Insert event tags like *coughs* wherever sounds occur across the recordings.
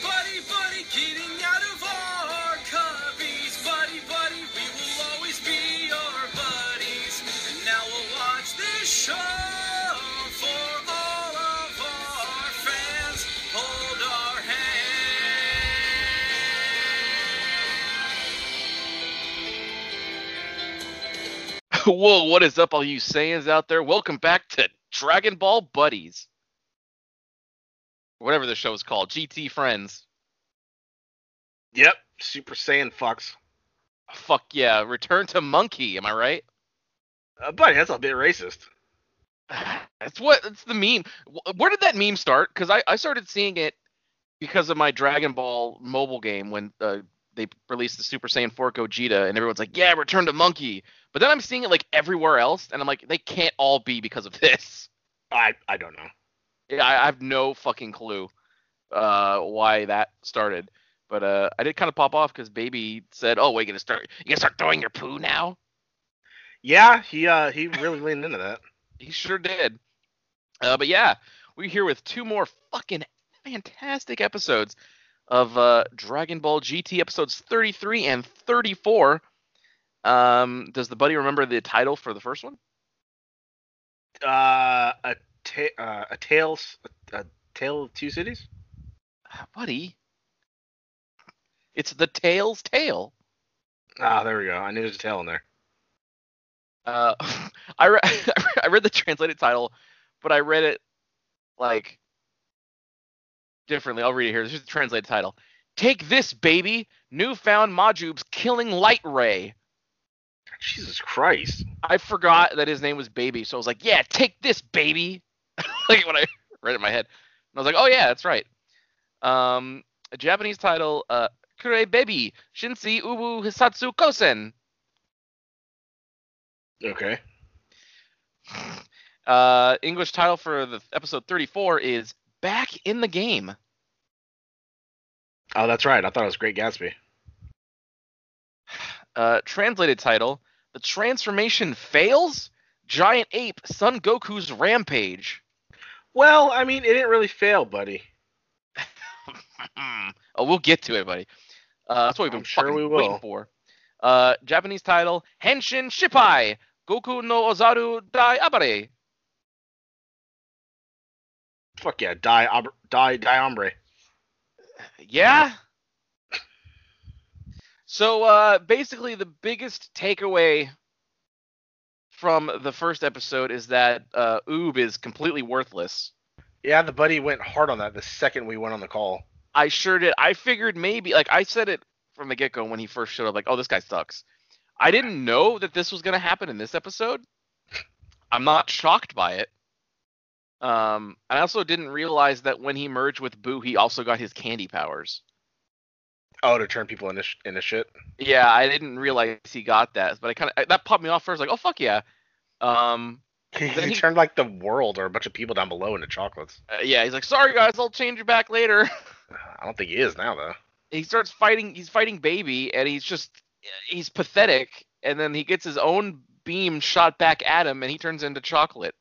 Buddy, buddy, getting out of our cubbies. Buddy, buddy, we will always be your buddies. And now we'll watch this show for all of our fans. Hold our hand. Whoa, what is up, all you Saiyans out there? Welcome back to Dragon Ball Buddies whatever the show is called, GT Friends. Yep, Super Saiyan fucks. Fuck yeah, Return to Monkey. Am I right? *sighs* Uh, buddy, that's a bit racist. that's what. That's the meme. Where did that meme start? Because I, I started seeing it because of my Dragon Ball mobile game when uh, they released the Super Saiyan 4 Gogeta, and everyone's like, "Yeah, Return to Monkey." But then I'm seeing it like everywhere else, and I'm like, they can't all be because of *laughs* this. I I don't know. Yeah, I, I, have no fucking clue uh, why that started, but uh, I did kind of pop off because Baby said, "Oh, we're gonna start. You gonna start throwing your poo now?" Yeah, he uh, he really leaned into that. He sure did. Uh, but yeah, we're here with two more fucking fantastic episodes of uh, Dragon Ball GT episodes 33 and 34. Um, does the buddy remember the title for the first one? Uh, a- Ta- uh, a tale a tale of two cities Ah, buddy it's the tale's tale ah oh, there we go i knew there's a tale in there uh *laughs* i re- i read the translated title but i read it like differently i'll read it here this is the translated title take this baby newfound majube's killing light ray jesus christ i forgot that his name was baby so i was like yeah take this baby *laughs* like when I read it in my head. And I was like, oh yeah, that's right. Um, a Japanese title, uh, Kure Baby Shinsi Ubu Hisatsu Kosen. Okay. Uh, English title for the episode 34 is Back in the Game. Oh, that's right. I thought it was Great Gatsby. Uh, translated title, The Transformation Fails? Giant Ape Son Goku's Rampage. *clears throat* Well, I mean, it didn't really fail, buddy. oh, we'll get to it, buddy. Uh, that's what we've been sure we waiting for. Uh, Japanese title: Henshin Shippai Goku no Ozaru Dai Abare. Fuck yeah, Dai ab- Dai Dai Ombre. Yeah. so uh, basically, the biggest takeaway from the first episode is that uh, Oob is completely worthless. Yeah, the buddy went hard on that the second we went on the call. I sure did. I figured maybe, like I said it from the get go when he first showed up, like, oh, this guy sucks. I didn't know that this was going to happen in this episode. I'm not shocked by it. Um, I also didn't realize that when he merged with Boo, he also got his candy powers. Oh, to turn people into sh- into shit. Yeah, I didn't realize he got that, but I kind of that popped me off first. Like, oh fuck yeah. Um, he, he, turned like the world or a bunch of people down below into chocolates. Uh, yeah, he's like, sorry guys, I'll change you back later. *laughs* I don't think he is now though. He starts fighting. He's fighting baby, and he's just he's pathetic. And then he gets his own beam shot back at him, and he turns into chocolate.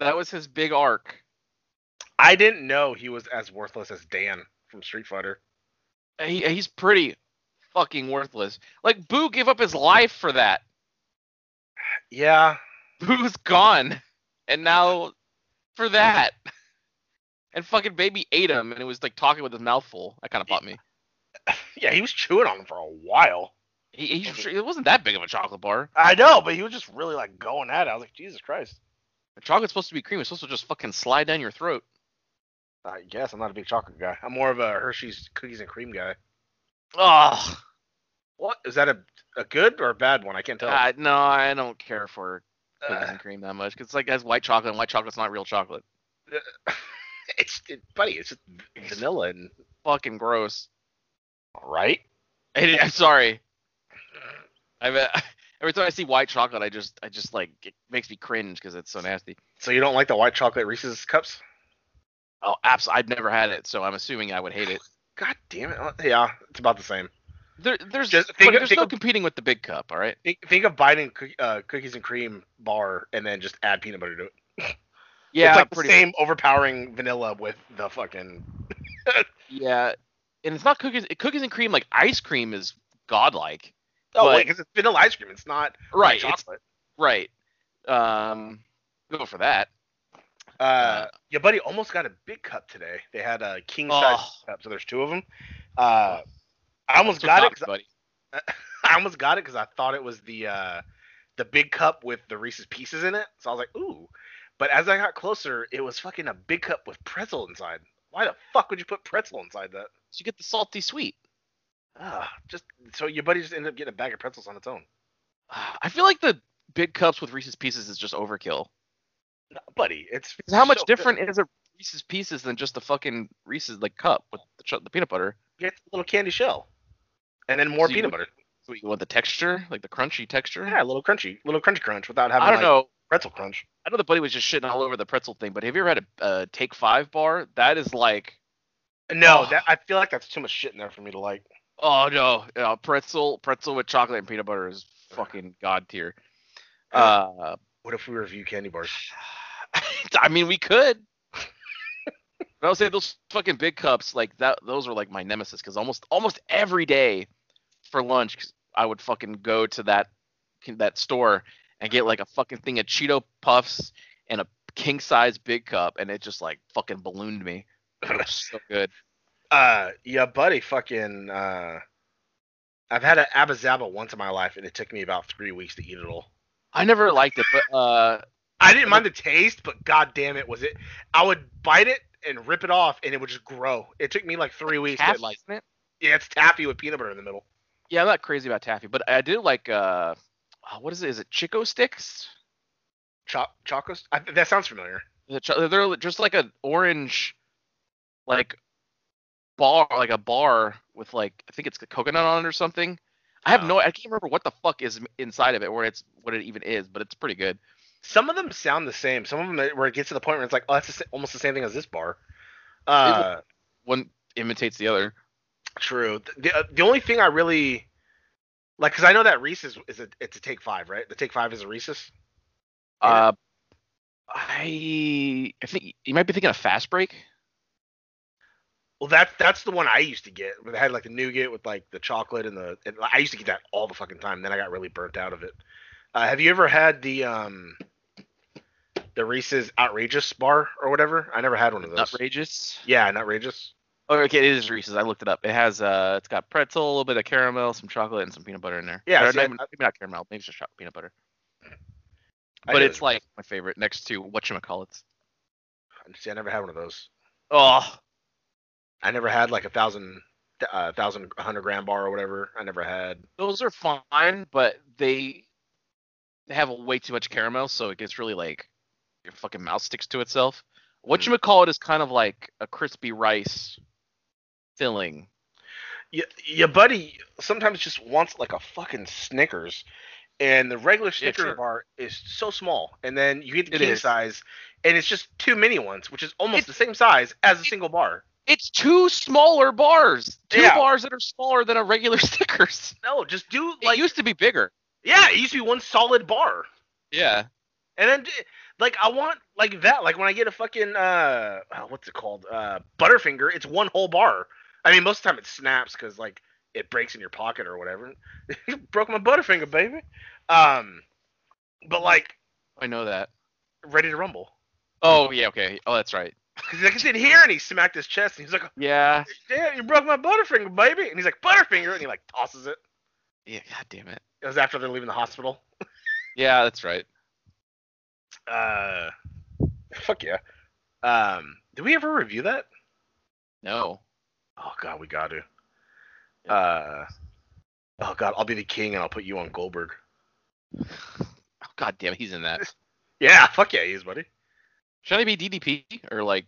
that was his big arc. I didn't know he was as worthless as Dan from Street Fighter. He, he's pretty fucking worthless. Like Boo gave up his life for that. Yeah. Boo's gone, and now for that, and fucking baby ate him, and it was like talking with his mouth full. That kind of popped me. Yeah, he was chewing on him for a while. He, he was it wasn't that big of a chocolate bar. I know, but he was just really like going at it. I was like, Jesus Christ. Chocolate's supposed to be cream. It's supposed to just fucking slide down your throat. I guess I'm not a big chocolate guy. I'm more of a Hershey's cookies and cream guy. Oh, what is that a a good or a bad one? I can't tell. Uh, no, I don't care for cookies uh, and cream that much because it's like that's white chocolate, and white chocolate's not real chocolate. Uh, it's it, buddy, it's just vanilla and fucking gross. *laughs* Right? It, I'm sorry. I *laughs* every time I see white chocolate, I just I just like it makes me cringe because it's so nasty. So you don't like the white chocolate Reese's cups? Oh, absolutely. I've never had it, so I'm assuming I would hate it. God damn it. Yeah, it's about the same. There, there's Just but think of- there's think no of- competing with the big cup. All right. Think, think of Biden coo- uh, cookies and cream bar, and then just add peanut butter to it. Yeah, it's like the pretty. same overpowering vanilla with the fucking. Yeah, and it's not cookies. Cookies and cream like ice cream is godlike. Oh, But- wait, 'cause it's vanilla ice cream. It's not Right. It's, chocolate. right. Um, go for that. Uh, your buddy almost got a big cup today. They had a king size Oh. cup, so there's two of them. Uh, I almost That's what got it. Doc's 'cause buddy. I almost got it because I thought it was the uh, the big cup with the Reese's Pieces in it. So I was like, ooh. But as I got closer, it was fucking a big cup with pretzel inside. Why the fuck would you put pretzel inside that? So you get the salty sweet. Ah, just so your buddy just ended up getting a bag of pretzels on its own. I feel like the big cups with Reese's Pieces is just overkill. No, buddy, it's 'Cause how much so good. different is a Reese's Pieces than just a fucking Reese's like cup with the, ch- the peanut butter? Get a little candy shell, and then more So you peanut would- butter. So you want the texture, like the crunchy texture? Yeah, a little crunchy, little crunch crunch without having I don't like, know. pretzel crunch. I know the buddy was just shitting all over the pretzel thing, but have you ever had a uh, Take Five bar? That is like, No, Oh. that I feel like that's too much shit in there for me to like. oh no, uh, pretzel pretzel with chocolate and peanut butter is fucking god tier. Uh, What if we review candy bars? *laughs* I mean, we could. but I would say those fucking big cups, like that, those were like my nemesis because almost almost every day for lunch, 'cause I would fucking go to that that store and get like a fucking thing of Cheeto puffs and a king size big cup, and it just like fucking ballooned me. It was so good. Uh, yeah, buddy, fucking. Uh, I've had an Abba Zaba once in my life, and it took me about three weeks to eat it all. I never liked it, but uh, I didn't mind the taste, but god damn it, was it? I would bite it and rip it off, and it would just grow. It took me like three weeks. taffy, to, like, isn't it? yeah, it's taffy with peanut butter in the middle. Yeah, I'm not crazy about taffy, but I do like uh, oh, what is it? Is it Chico sticks? Cho- Chocos? I, that sounds familiar. The cho- they're just like an orange, like bar, like a bar with like I think it's the coconut on it or something. I have Oh. no, I can't remember what the fuck is inside of it, where it's what it even is, but it's pretty good. Some of them sound the same. Some of them where it gets to the point where it's like, oh, that's the sa- almost the same thing as this bar. Uh, One imitates the other. True. Th- The, uh, the only thing I really like, because I know that Reese's is a it's a Take Five, right? The Take Five is a Reese's. Yeah. Uh, I I think you might be thinking of fast break. Well, that's that's the one I used to get. Where they had like the nougat with like the chocolate and the. And, like, I used to get that all the fucking time. Then I got really burnt out of it. Uh, have you ever had the um the Reese's outrageous bar or whatever? I never had one of those. Outrageous. yeah, an outrageous. Oh, okay, it is Reese's. I looked it up. It has uh, it's got pretzel, a little bit of caramel, some chocolate, and some peanut butter in there. Yeah, Or see, not I- even- maybe not caramel, maybe it's just chocolate peanut butter. I but know it's like my favorite next to whatchamacallits. See, I never had one of those. Oh, I never had like a thousand, uh, thousand, a hundred gram bar or whatever. I never had. those are fine, but they they have way too much caramel, so it gets really like your fucking mouth sticks to itself. Whatchamacallit is kind of like a crispy rice filling. Y- your buddy sometimes just wants like a fucking Snickers, and the regular Snickers sure. bar is so small, and then you get the It king is. size, and it's just two mini ones, which is almost It- the same size as a single bar. It's two smaller bars, two Yeah. bars that are smaller than a regular *laughs* Snickers. No, just do It like used to be bigger. yeah, it used to be one solid bar, Yeah. and then d- like I want like that. Like when I get a fucking uh, oh, what's it called? Uh, Butterfinger, it's one whole bar. I mean, most of the time it snaps because like it breaks in your pocket or whatever. *laughs* Broke my Butterfinger, baby. Um, but like I know that. ready to rumble. Oh yeah, okay. Oh, that's right. Because he's like, it's in here, and he smacked his chest, and he's like, "Oh, Yeah. damn, you broke my Butterfinger, baby. And he's like, Butterfinger, and he like tosses it. Yeah. God damn it. It was after they're leaving the hospital. Yeah, that's right. Uh, fuck yeah. Um, did we ever review that? No. Oh god, we got to. Uh, oh god, I'll be the king, and I'll put you on Goldberg. Oh, God damn, it, he's in that. Yeah, fuck yeah, he is, buddy. Shouldn't it be DDP or like?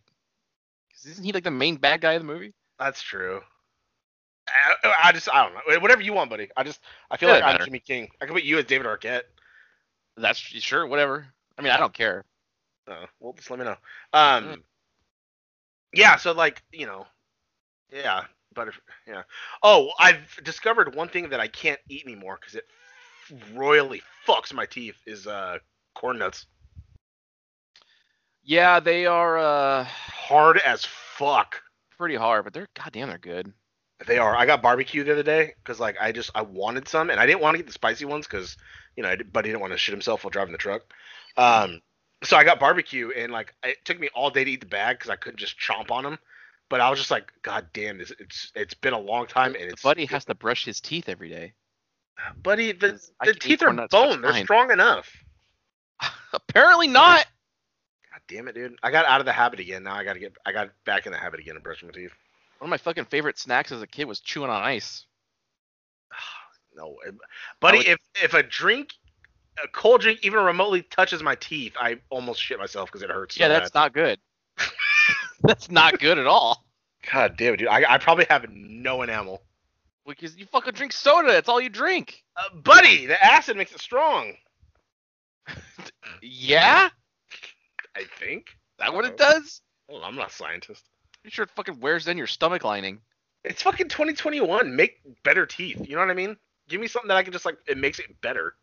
is isn't he like the main bad guy of the movie? That's true. I, I just, I don't know. Whatever you want, buddy. I just, I feel Doesn't like I'm matter. Jimmy King. I could put you as David Arquette. That's sure, whatever. I mean, I don't care. Uh, well, just let me know. Um, yeah. So like, you know, yeah, Butterf- yeah. Oh, I've discovered one thing that I can't eat anymore because it royally fucks my teeth is uh corn nuts. Yeah, they are uh, Hard as fuck. pretty hard, but they're goddamn they're good. They are. I got barbecue the other day because like I just I wanted some and I didn't want to get the spicy ones because you know I did, but he didn't want to shit himself while driving the truck. Um, so I got barbecue and like it took me all day to eat the bag because I couldn't just chomp on them. But I was just like, God damn, this it's it's been a long time and The it's buddy has to brush his teeth every day. buddy the, I the can eat teeth are corn nuts, that's bone. They're fine. strong enough. Apparently not. God damn it, dude! I got out of the habit again. Now I gotta get I got back in the habit again of brushing my teeth. One of my fucking favorite snacks as a kid was chewing on ice. No, it- buddy. I would- If if a drink, a cold drink, even remotely touches my teeth, I almost shit myself because it hurts. so yeah, that's bad. not good. *laughs* that's not good at all. God damn it, dude. I, I probably have no enamel. Because you fucking drink soda. That's all you drink. Uh, buddy, the acid makes it strong. Yeah, I think. that what it Uh-oh. does. Well, I'm not a scientist. Pretty sure it fucking wears in your stomach lining. It's fucking 2021. Make better teeth. You know what I mean? Give me something that I can just like. It makes it better.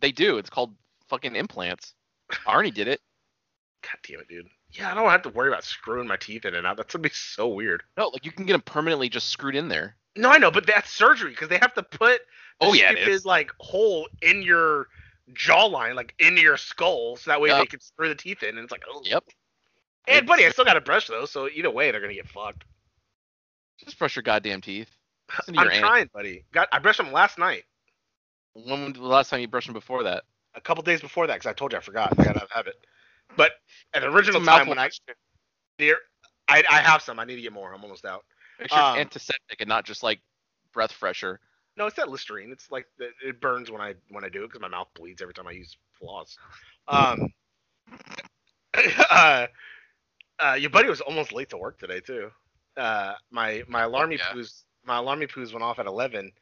They do. It's called fucking implants. Arnie did it. God damn it, dude. Yeah, I don't have to worry about screwing my teeth in and out. That's gonna be so weird. No, like you can get them permanently just screwed in there. No, I know, but that's surgery because they have to put the Oh, yeah, it stupid, is. like hole in your jawline, like into your skull, so that way they Yup. can screw the teeth in, and it's like, oh. Yep. And buddy, I still got to brush those, so either way, they're gonna get fucked. Just brush your goddamn teeth. Listen to I'm your aunt. trying, buddy. Got I brushed them last night, When was the last time you brushed them before that? a couple days before that, because I told you I forgot. I got out of habit. But at the original It's a time when I, mouthwash. there, I I have some. I need to get more. I'm almost out. Make sure Um, it's antiseptic and not just like breath fresher. No, it's that Listerine. It's like the, it burns when I when I do it because my mouth bleeds every time I use floss. Um, *laughs* uh, uh, your buddy was almost late to work today too. Uh, my my alarmy yeah. poos my alarmy poos went off at eleven,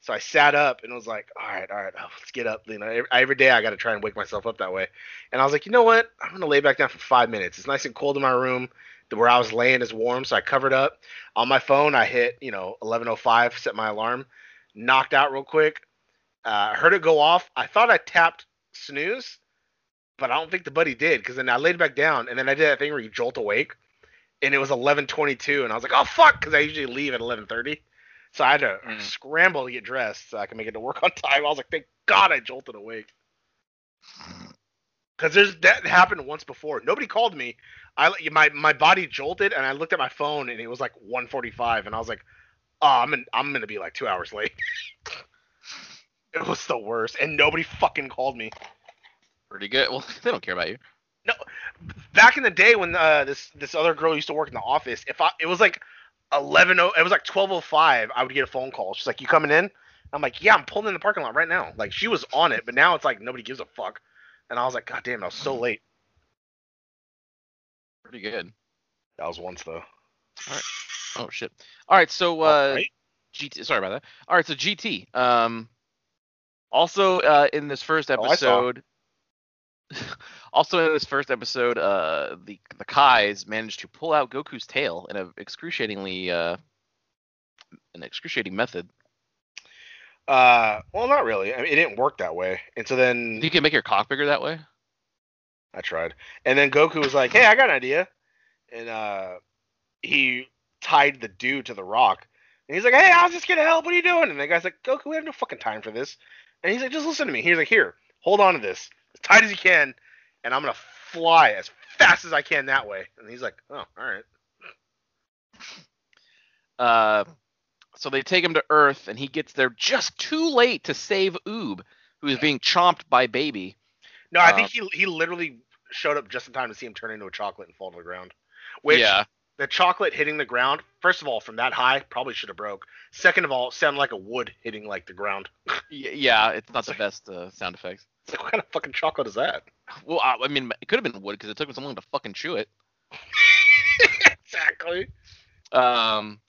so I sat up and was like, all right, all right, oh, let's get up. You know, every, every day I got to try and wake myself up that way. And I was like, you know what? I'm gonna lay back down for five minutes. It's nice and cold in my room. Where I was laying is warm, so I covered up. On my phone, I hit you know 11:05, set my alarm knocked out real quick. Uh, heard it go off. I thought I tapped snooze, but I don't think the buddy did because then I laid back down and then I did that thing where you jolt awake, and it was 11:22 and I was like, oh fuck, because I usually leave at 11:30, so I had to Mm. scramble to get dressed so I can make it to work on *laughs* time. I was like, thank God I jolted awake. Cause there's that happened once before. Nobody called me. I my my body jolted and I looked at my phone and it was like 1:45 and I was like, oh, I'm in, I'm gonna be like two hours late. *laughs* It was the worst, and nobody fucking called me. Pretty good. *laughs* Well, they don't care about you. Back in the day when uh, this this other girl used to work in the office, if I it was like eleven oh, it was like twelve oh five, I would get a phone call. She's like, "You coming in?" I'm like, "Yeah, I'm pulling in the parking lot right now." Like she was on it, but now it's like nobody gives a fuck. And I was like, "God damn, I was so late." Pretty good. That was once though. Oh shit. All right, so uh, Alright. GT. Sorry about that. All right, so GT. Um, also uh, in this first Oh, I saw. episode. *laughs* also in this first episode, uh, the the Kai's managed to pull out Goku's tail in a excruciatingly uh, an excruciating method. Uh, well, not really. I mean, it didn't work that way. And so then You can make your cock bigger that way. I tried. And then Goku was like, "Hey, I got an idea," and uh, he tied the dude to the rock. And he's like, "Hey, I was just gonna help. What are you doing?" And the guy's like, "Goku, we have no fucking time for this." And he's like, "Just listen to me." He's like, "Here, hold on to this as tight as you can, and I'm gonna fly as fast as I can that way." And he's like, "Oh, all right." Uh, so they take him to Earth, and he gets there just too late to save Oob, who is being chomped by Baby. No, I Um, think he he literally showed up just in time to see him turn into a chocolate and fall to the ground. Which yeah, the chocolate hitting the ground, first of all, from that high, probably should have broke. Second of all, sounded like a wood hitting like the ground. Y- yeah, it's not the best uh, sound effects. *laughs* It's like, what kind of fucking chocolate is that? Well, I, I mean, it could have been wood because it took him so long to fucking chew it. *laughs* exactly. Um,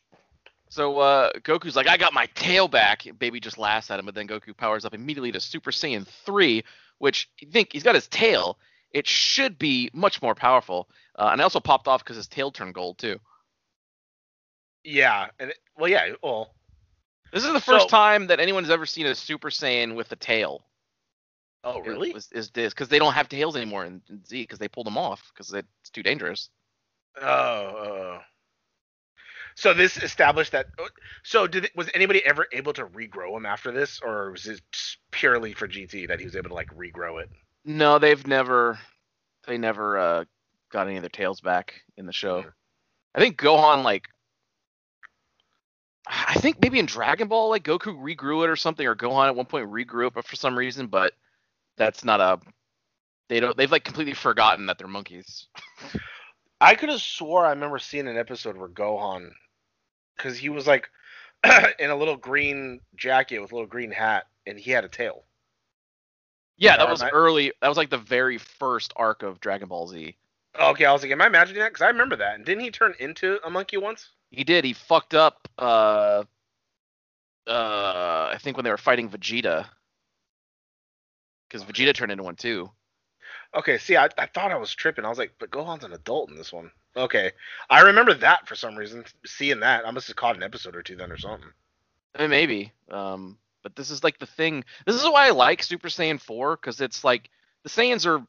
so uh, Goku's like, I got my tail back. Baby just laughs at him, but then Goku powers up immediately to Super Saiyan 3, which you think he's got his tail. It should be much more powerful. Uh, and I also popped off because his tail turned gold, too. Yeah, and it, well, yeah, well, This is the first So- time that anyone has ever seen a Super Saiyan with a tail. oh really? Is, is this because they don't have tails anymore in, in Z because they pulled them off because it's too dangerous. Oh, oh. So this established that. oh, So did it, was anybody ever able to regrow him after this, or was it purely for GT that he was able to like regrow it? No, they've never, they never uh, got any of their tails back in the show. Sure. I think Gohan like, I think maybe in Dragon Ball like Goku regrew it or something, or Gohan at one point regrew it, but for some reason, but that's not a. They don't. They've like completely forgotten that they're monkeys. I could have swore I remember seeing an episode where Gohan, because he was like *clears throat* in a little green jacket with a little green hat, and he had a tail. Yeah, that Yeah, was I- early. That was like the very first arc of Dragon Ball Z. Okay, I was like, am I imagining that? Because I remember that. And didn't he turn into a monkey once? He did. He fucked up. Uh, uh, I think when they were fighting Vegeta, because Vegeta turned into one too. Okay, see, I, I thought I was tripping. I was like, but Gohan's an adult in this one. Okay, I remember that for some reason. Seeing that, I must have caught an episode or two then or something. I mean, maybe. Um, but this is like the thing. This is why I like Super Saiyan 4 because it's like the Saiyans are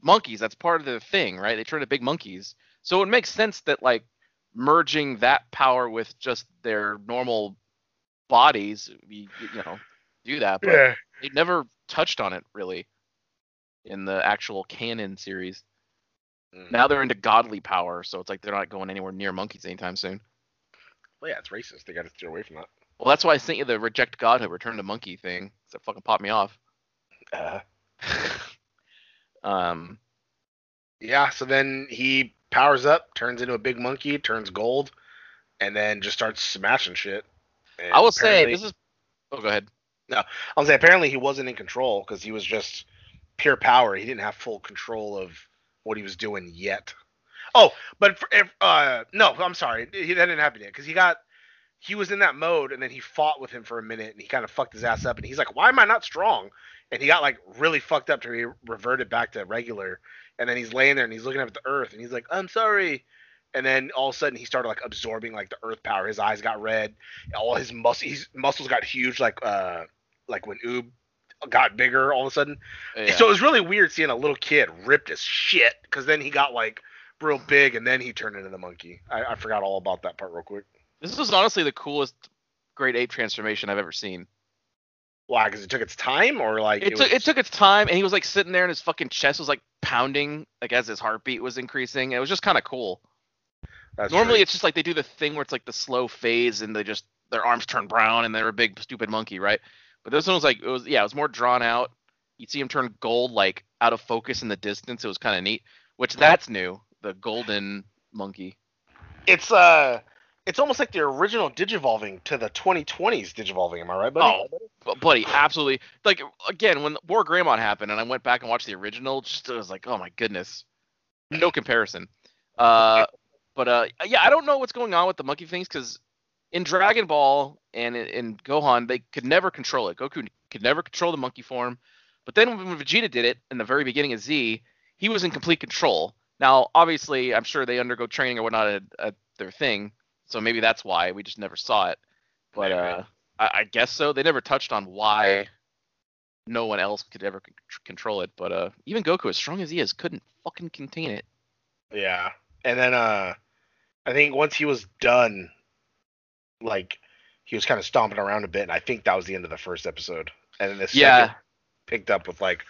monkeys. That's part of the thing, right? They turn into big monkeys. So it makes sense that like merging that power with just their normal bodies, we you know, do that. But they never touched on it really in the actual canon series. Mm. Now they're into godly power, so it's like they're not going anywhere near monkeys anytime soon. Well, yeah, it's racist. They got to steer away from that. Well, that's why I sent you the reject godhood, return to monkey thing. 'cause That fucking popped me off. Uh-huh. Uh, um, yeah, so then he powers up, turns into a big monkey, turns gold, and then just starts smashing shit. And I will say apparently- this is. Oh, go ahead. I was say apparently he wasn't in control because he was just pure power. He didn't have full control of what he was doing yet. Oh, but for, if, uh, no, I'm sorry, he, that didn't happen yet because he got he was in that mode and then he fought with him for a minute and he kind of fucked his ass up and he's like, why am I not strong? And he got like really fucked up to he reverted back to regular and then he's laying there and he's looking up at the earth and he's like, I'm sorry. And then all of a sudden he started like absorbing like the earth power. His eyes got red, all his muscles his muscles got huge like uh like when Oob got bigger all of a sudden. Uh, Yeah. So it was really weird seeing a little kid ripped as shit because then he got like real big and then he turned into the monkey. I, I forgot all about that part real quick. this was honestly the coolest grade eight transformation I've ever seen. Why? Because it took its time or like It, was- took it took its time, and he was like sitting there, and his fucking chest was like pounding, like as his heartbeat was increasing. and It was just kind of cool. that's Normally, really- it's just like they do the thing where it's like the slow phase, and they just their arms turn brown, and they're a big stupid monkey, right? But this one was like it was yeah, it was more drawn out. You'd see him turn gold, like out of focus in the distance. It was kind of neat, which that's new. The golden monkey. it's uh it's almost like the original digivolving to the 2020s digivolving. Am I right, buddy? Oh. But buddy, absolutely. Like again, when War Greymon happened, and I went back and watched the original, just I was like, oh my goodness, no comparison. Uh, but uh, yeah, I don't know what's going on with the monkey things because in Dragon Ball and in, in Gohan, they could never control it. Goku could never control the monkey form. But then when Vegeta did it in the very beginning of Z, he was in complete control. Now, obviously, I'm sure they undergo training or whatnot at, at their thing, so maybe that's why we just never saw it. But Maybe. uh, I, I guess so. They never touched on why no one else could ever con- control it. But uh, even Goku, as strong as he is, couldn't fucking contain it. Yeah. And then uh I think once he was done like he was kind of stomping around a bit and I think that was the end of the first episode. And then the second Yeah. picked up with like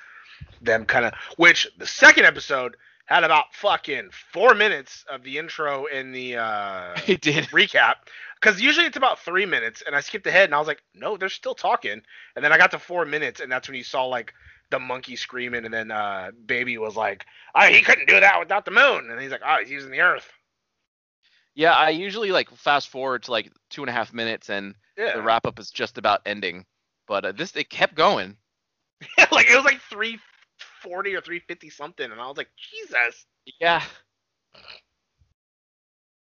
them kind of which the second episode had about fucking 4 minutes of the intro and the uh He did. recap cuz usually it's about 3 minutes and I skipped ahead and I was like no they're still talking and then I got to 4 minutes and that's when you saw like the monkey screaming and then uh baby was like oh, he couldn't do that without the moon and he's like oh he's using the earth Yeah, I usually like fast forward to like two and a half minutes, and Yeah. the wrap up is just about ending. But uh, this it kept going. *laughs* like it was like 340 or 350 something and I was like, "Jesus. Yeah.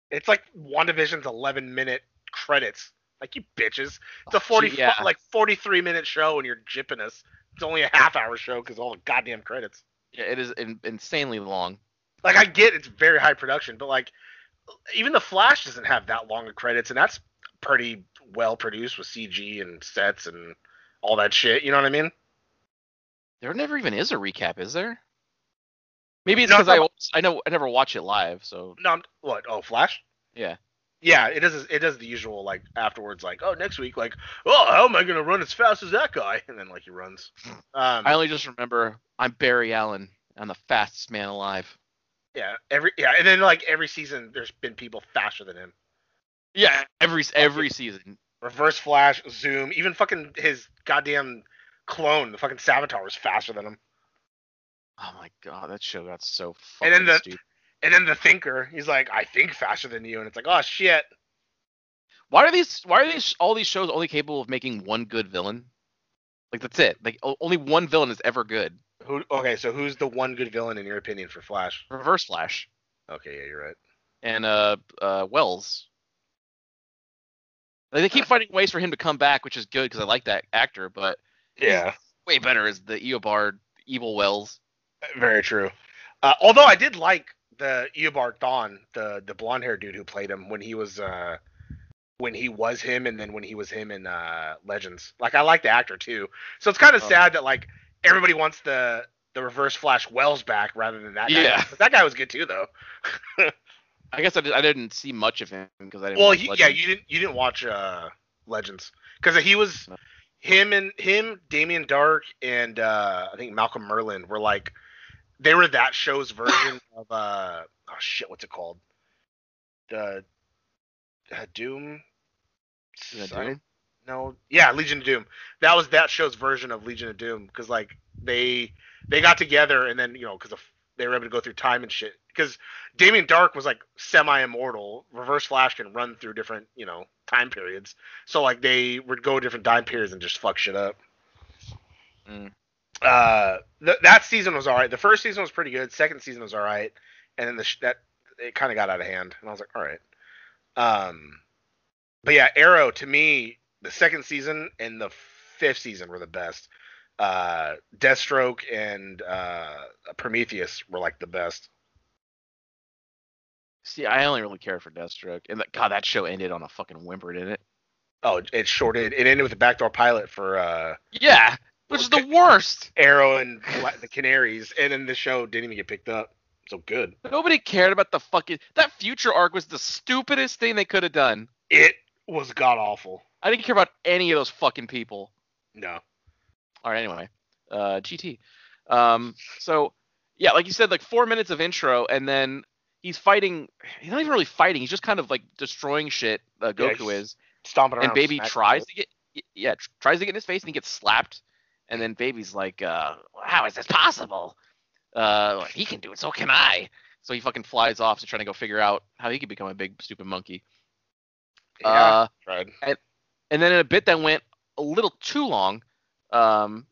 It's like WandaVision's 11 minute credits." Like you bitches. It's a Oh, 40 gee, yeah. like 43 minute show and you're jipping us. It's only a half hour show cuz all the goddamn credits. Yeah, it is in, insanely long. Like I get it's very high production, but like even the Flash doesn't have that long of credits, and that's pretty well produced with CG and sets and all that shit. You know what I mean? There never even is a recap, is there? Maybe it's No, because no. I always- I know I never watch it live, so No, I'm, what? Oh, Flash. yeah. Yeah, it does. It does the usual like afterwards, like oh next week, like oh how am I gonna run as fast as that guy? And then like *laughs* he runs. Um, I only just remember I'm Barry Allen. I'm the fastest man alive. yeah, every yeah, and then like every season, there's been people faster than him. Yeah, every every season. Reverse Flash, Zoom, even fucking his goddamn clone, the fucking Savitar, was faster than him. Oh my god, that show got so fucking And then the- stupid. And then the Thinker, he's like, I think faster than you, and it's like, oh shit. Why are these? Why are these? All these shows only capable of making one good villain? Like that's it. Like o- only one villain is ever good. Who? Okay, so who's the one good villain in your opinion for Flash? Reverse Flash Okay, yeah, you're right. and uh, uh Wells. Like they Uh, keep finding ways for him to come back, which is good because I like that actor. But Yeah, way better is the Eobard evil Wells. very true. Uh, although I did like the Eobard Thawne, the the blonde haired dude who played him when he was uh when he was him, and then when he was him in uh Legends. Like I like the actor too. So it's kind of Oh. sad that like everybody wants the the Reverse Flash Wells back rather than that. guy. Yeah. 'Cause that guy was good too though. I guess I, did, I didn't see much of him because I didn't. Well, watch he, yeah, Legends. you didn't you didn't watch uh Legends because he was No. him and him Damien Dark and uh I think Malcolm Merlin were like they were *coughs* that show's version of uh oh shit what's it called the uh, Doom Is that I- Doom? no yeah Legion of Doom that was that show's version of Legion of Doom because like they they got together and then you know because they were able to go through time and shit because Damien Dark was like semi immortal. Reverse Flash can run through different, you know, time periods. So like they would go different time periods and just fuck shit up. Mm. Uh, th- that season was all right. The first season was pretty good. Second season was all right, and then the sh- that it kind of got out of hand. And I was like, all right. Um, but yeah, Arrow to me, the second season and the fifth season were the best. Uh, Deathstroke and uh, Prometheus were like the best. See, I only really cared for Deathstroke, and that, God, that show ended on a fucking whimper, didn't it? Oh, it shorted. It ended with a backdoor pilot for uh, Yeah, which is the worst. Arrow and Bla- the Canaries, and then the show didn't even get picked up. So good. Nobody cared about the fucking that future arc was the stupidest thing they could have done. It was god awful. I didn't care about any of those fucking people. No. All right, anyway, uh, GT. Um, so yeah, like you said, like four minutes of intro, and then he's fighting. He's not even really fighting. He's just kind of like destroying shit. Uh, Yeah, Goku he's is, Stomping around. and Baby smacking tries shit. to get yeah tr- tries to get in his face, and he gets slapped. And then Baby's like, uh, "How is this possible? Uh, he can do it, so can I." So he fucking flies off to trying to go figure out how he could become a big stupid monkey. Yeah, Uh, tried. and then in a bit that went a little too long, um,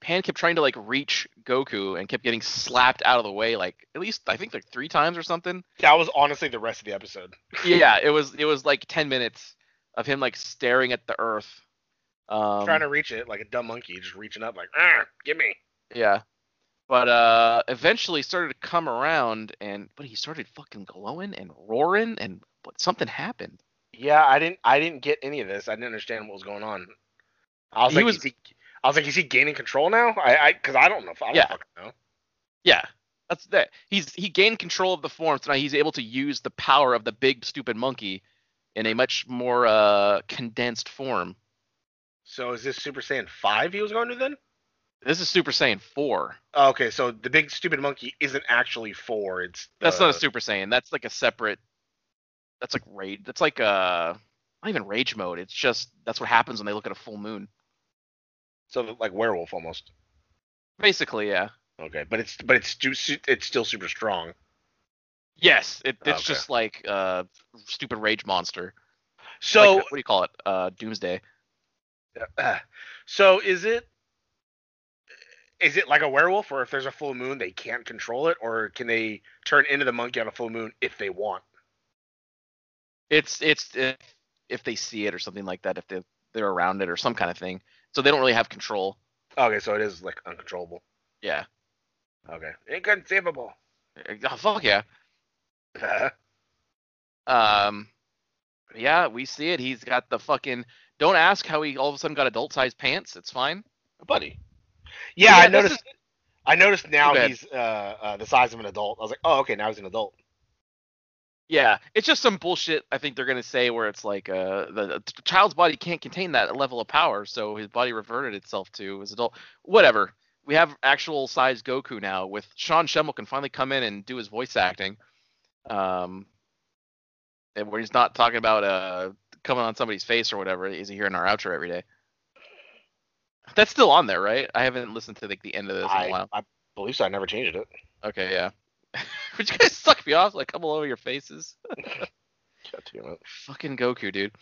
Pan kept trying to like reach Goku and kept getting slapped out of the way like at least I think like three times or something. *laughs* That was honestly the rest of the episode. Yeah, it was it was like ten minutes of him like staring at the earth. Um, trying to reach it like a dumb monkey, just reaching up like, "Ah, give me. yeah, but uh, eventually started to come around and but he started fucking glowing and roaring and but something happened. Yeah, I didn't. I didn't get any of this. I didn't understand what was going on. I was He like, was- is he, I was like, is he gaining control now? I, I, because I don't know. if- I don't Yeah. fucking know. Yeah. That's that. He's he gained control of the form, so now he's able to use the power of the big stupid monkey in a much more uh, condensed form. So is this Super Saiyan five he was going to then? Oh, This is Super Saiyan 4. Okay, so the big stupid monkey isn't actually four. It's That's the- not a Super Saiyan. That's like a separate. That's like raid. That's like uh not even rage mode. It's just that's what happens when they look at a full moon. so like werewolf almost. Basically, yeah. Okay, but it's but it's stu- su- it's still super strong. Yes, it, it's Oh, Okay. just like uh stupid rage monster. So Like, what do you call it? Uh, Doomsday. uh, *sighs* so is it is it like a werewolf, or if there's a full moon, they can't control it, or can they turn into the monkey on a full moon if they want? it's it's if, if they see it or something like that if they, they're around it or some kind of thing so they don't really have control Okay, so it is like uncontrollable. yeah Okay, inconceivable. Uh, fuck yeah Uh, Um, yeah, we see it. He's got the fucking. Don't ask how he all of a sudden got adult sized pants. It's fine, *laughs* buddy. Yeah, I this noticed. is- I noticed now Too bad. he's uh, uh, the size of an adult. I was like, oh, okay, now he's an adult. yeah, it's just some bullshit. I think they're gonna say where it's like uh, the, the child's body can't contain that level of power, so his body reverted itself to his adult. Whatever. We have actual size Goku now. With Sean Schemmel can finally come in and do his voice acting. Um, and where he's not talking about uh coming on somebody's face or whatever. Is he here in our outro every day? That's still on there, right? I haven't listened to like the end of this in a I, while. I believe so. I never changed it. Okay, yeah. *laughs* Would you guys suck me off? Like, come all over your faces. God damn it. Fucking Goku, dude.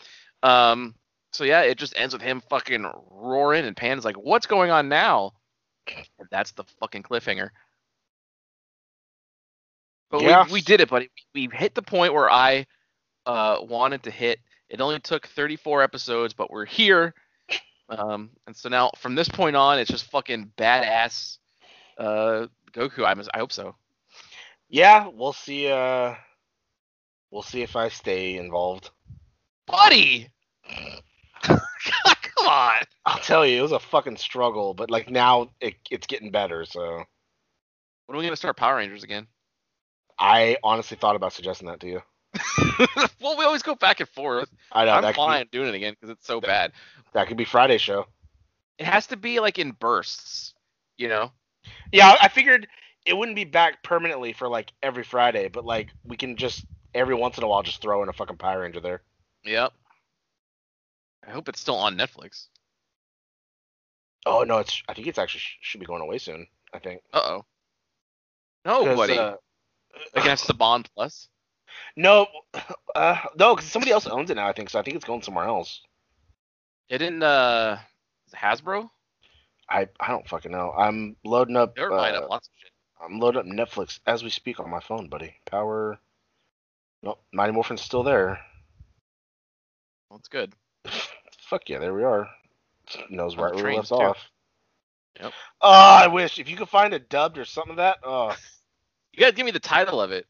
Um, so yeah, it just ends with him fucking roaring, and Panda's like, "What's going on now?" And that's the fucking cliffhanger. But Yeah. we, we did it, buddy. We hit the point where I uh, wanted to hit. It only took 34 episodes, but we're here. Um, and so now, from this point on, it's just fucking badass uh, Goku. I, must, I hope so. Yeah, we'll see. Uh, we'll see if I stay involved. *laughs* buddy. *laughs* God, come on. I'll tell you, it was a fucking struggle, but like now it, it's getting better. So When are we gonna start Power Rangers again? I honestly thought about suggesting that to you. *laughs* well, we always go back and forth. I know I'm that could, fine doing it again because it's so bad. be, that could be Friday show. It has to be like in bursts, you know. Yeah, I figured it wouldn't be back permanently for like every Friday, but like we can just every once in a while just throw in a fucking Power Ranger there. Yep. I hope it's still on Netflix. Oh no, it's I think it's actually should be going away soon. I think. Uh oh. No, 'Cause, Oh, buddy. uh, Like that's the Bond Plus. no, *laughs* uh, no, because somebody else owns it now. I think so. I think it's going somewhere else. It didn't. Uh, Hasbro. I I don't fucking know. I'm loading up. They're buying uh, up lots of shit. I'm loading up Netflix as we speak on my phone, buddy. Power. Nope, Mighty Morphin's still there. Well, it's good. Fuck yeah, there we are. Knows On right where we trains, left too. off. Yep. Oh, I wish if you could find a dubbed or something of that. Oh, You gotta give me the title of it.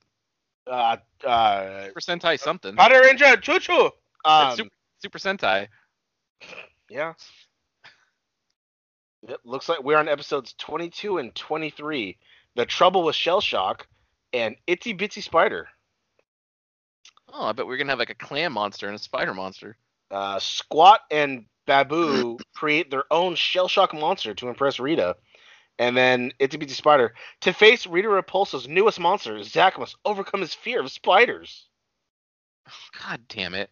uh, uh, Super Sentai something. Power Ranger Choo Choo. Um, It's Super, Super Sentai. Yeah. It looks like we're on episodes 22 and 23, The Trouble with Shell Shock and Itsy Bitsy Spider. Oh, I bet we're gonna have like a clam monster and a spider monster. Uh, Squat and Babu create their own Shell Shock monster to impress Rita. And then Itsy Bitsy Spider. To face Rita Repulsa's newest monster, Zack must overcome his fear of spiders. Oh, God damn it.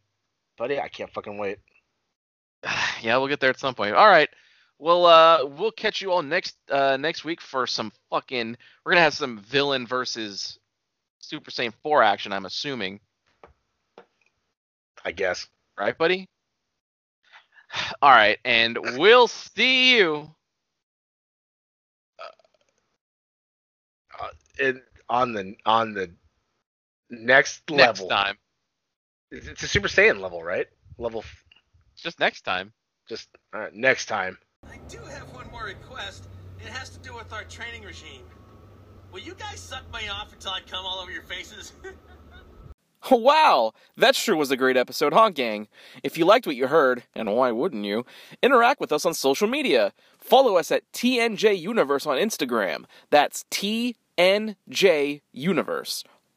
Buddy, I can't fucking wait. *sighs* yeah, we'll get there at some point. All right. Well, uh, we'll catch you all next uh, next week for some fucking. We're gonna have some villain versus Super Saiyan 4 action. I'm assuming, I guess. right, buddy? *sighs* All right, and we'll see you. And on the on the next, Next level. time. It's it's a Super Saiyan level, right? Level f- Just next time. just all right, next time. I do have one more request. It has to do with our training regime. Will you guys suck me off until I come all over your faces? *laughs* *laughs* Wow, that sure was a great episode, huh, gang? If you liked what you heard, and why wouldn't you, interact with us on social media. Follow us at TNJ Universe on Instagram. That's TNJ Universe.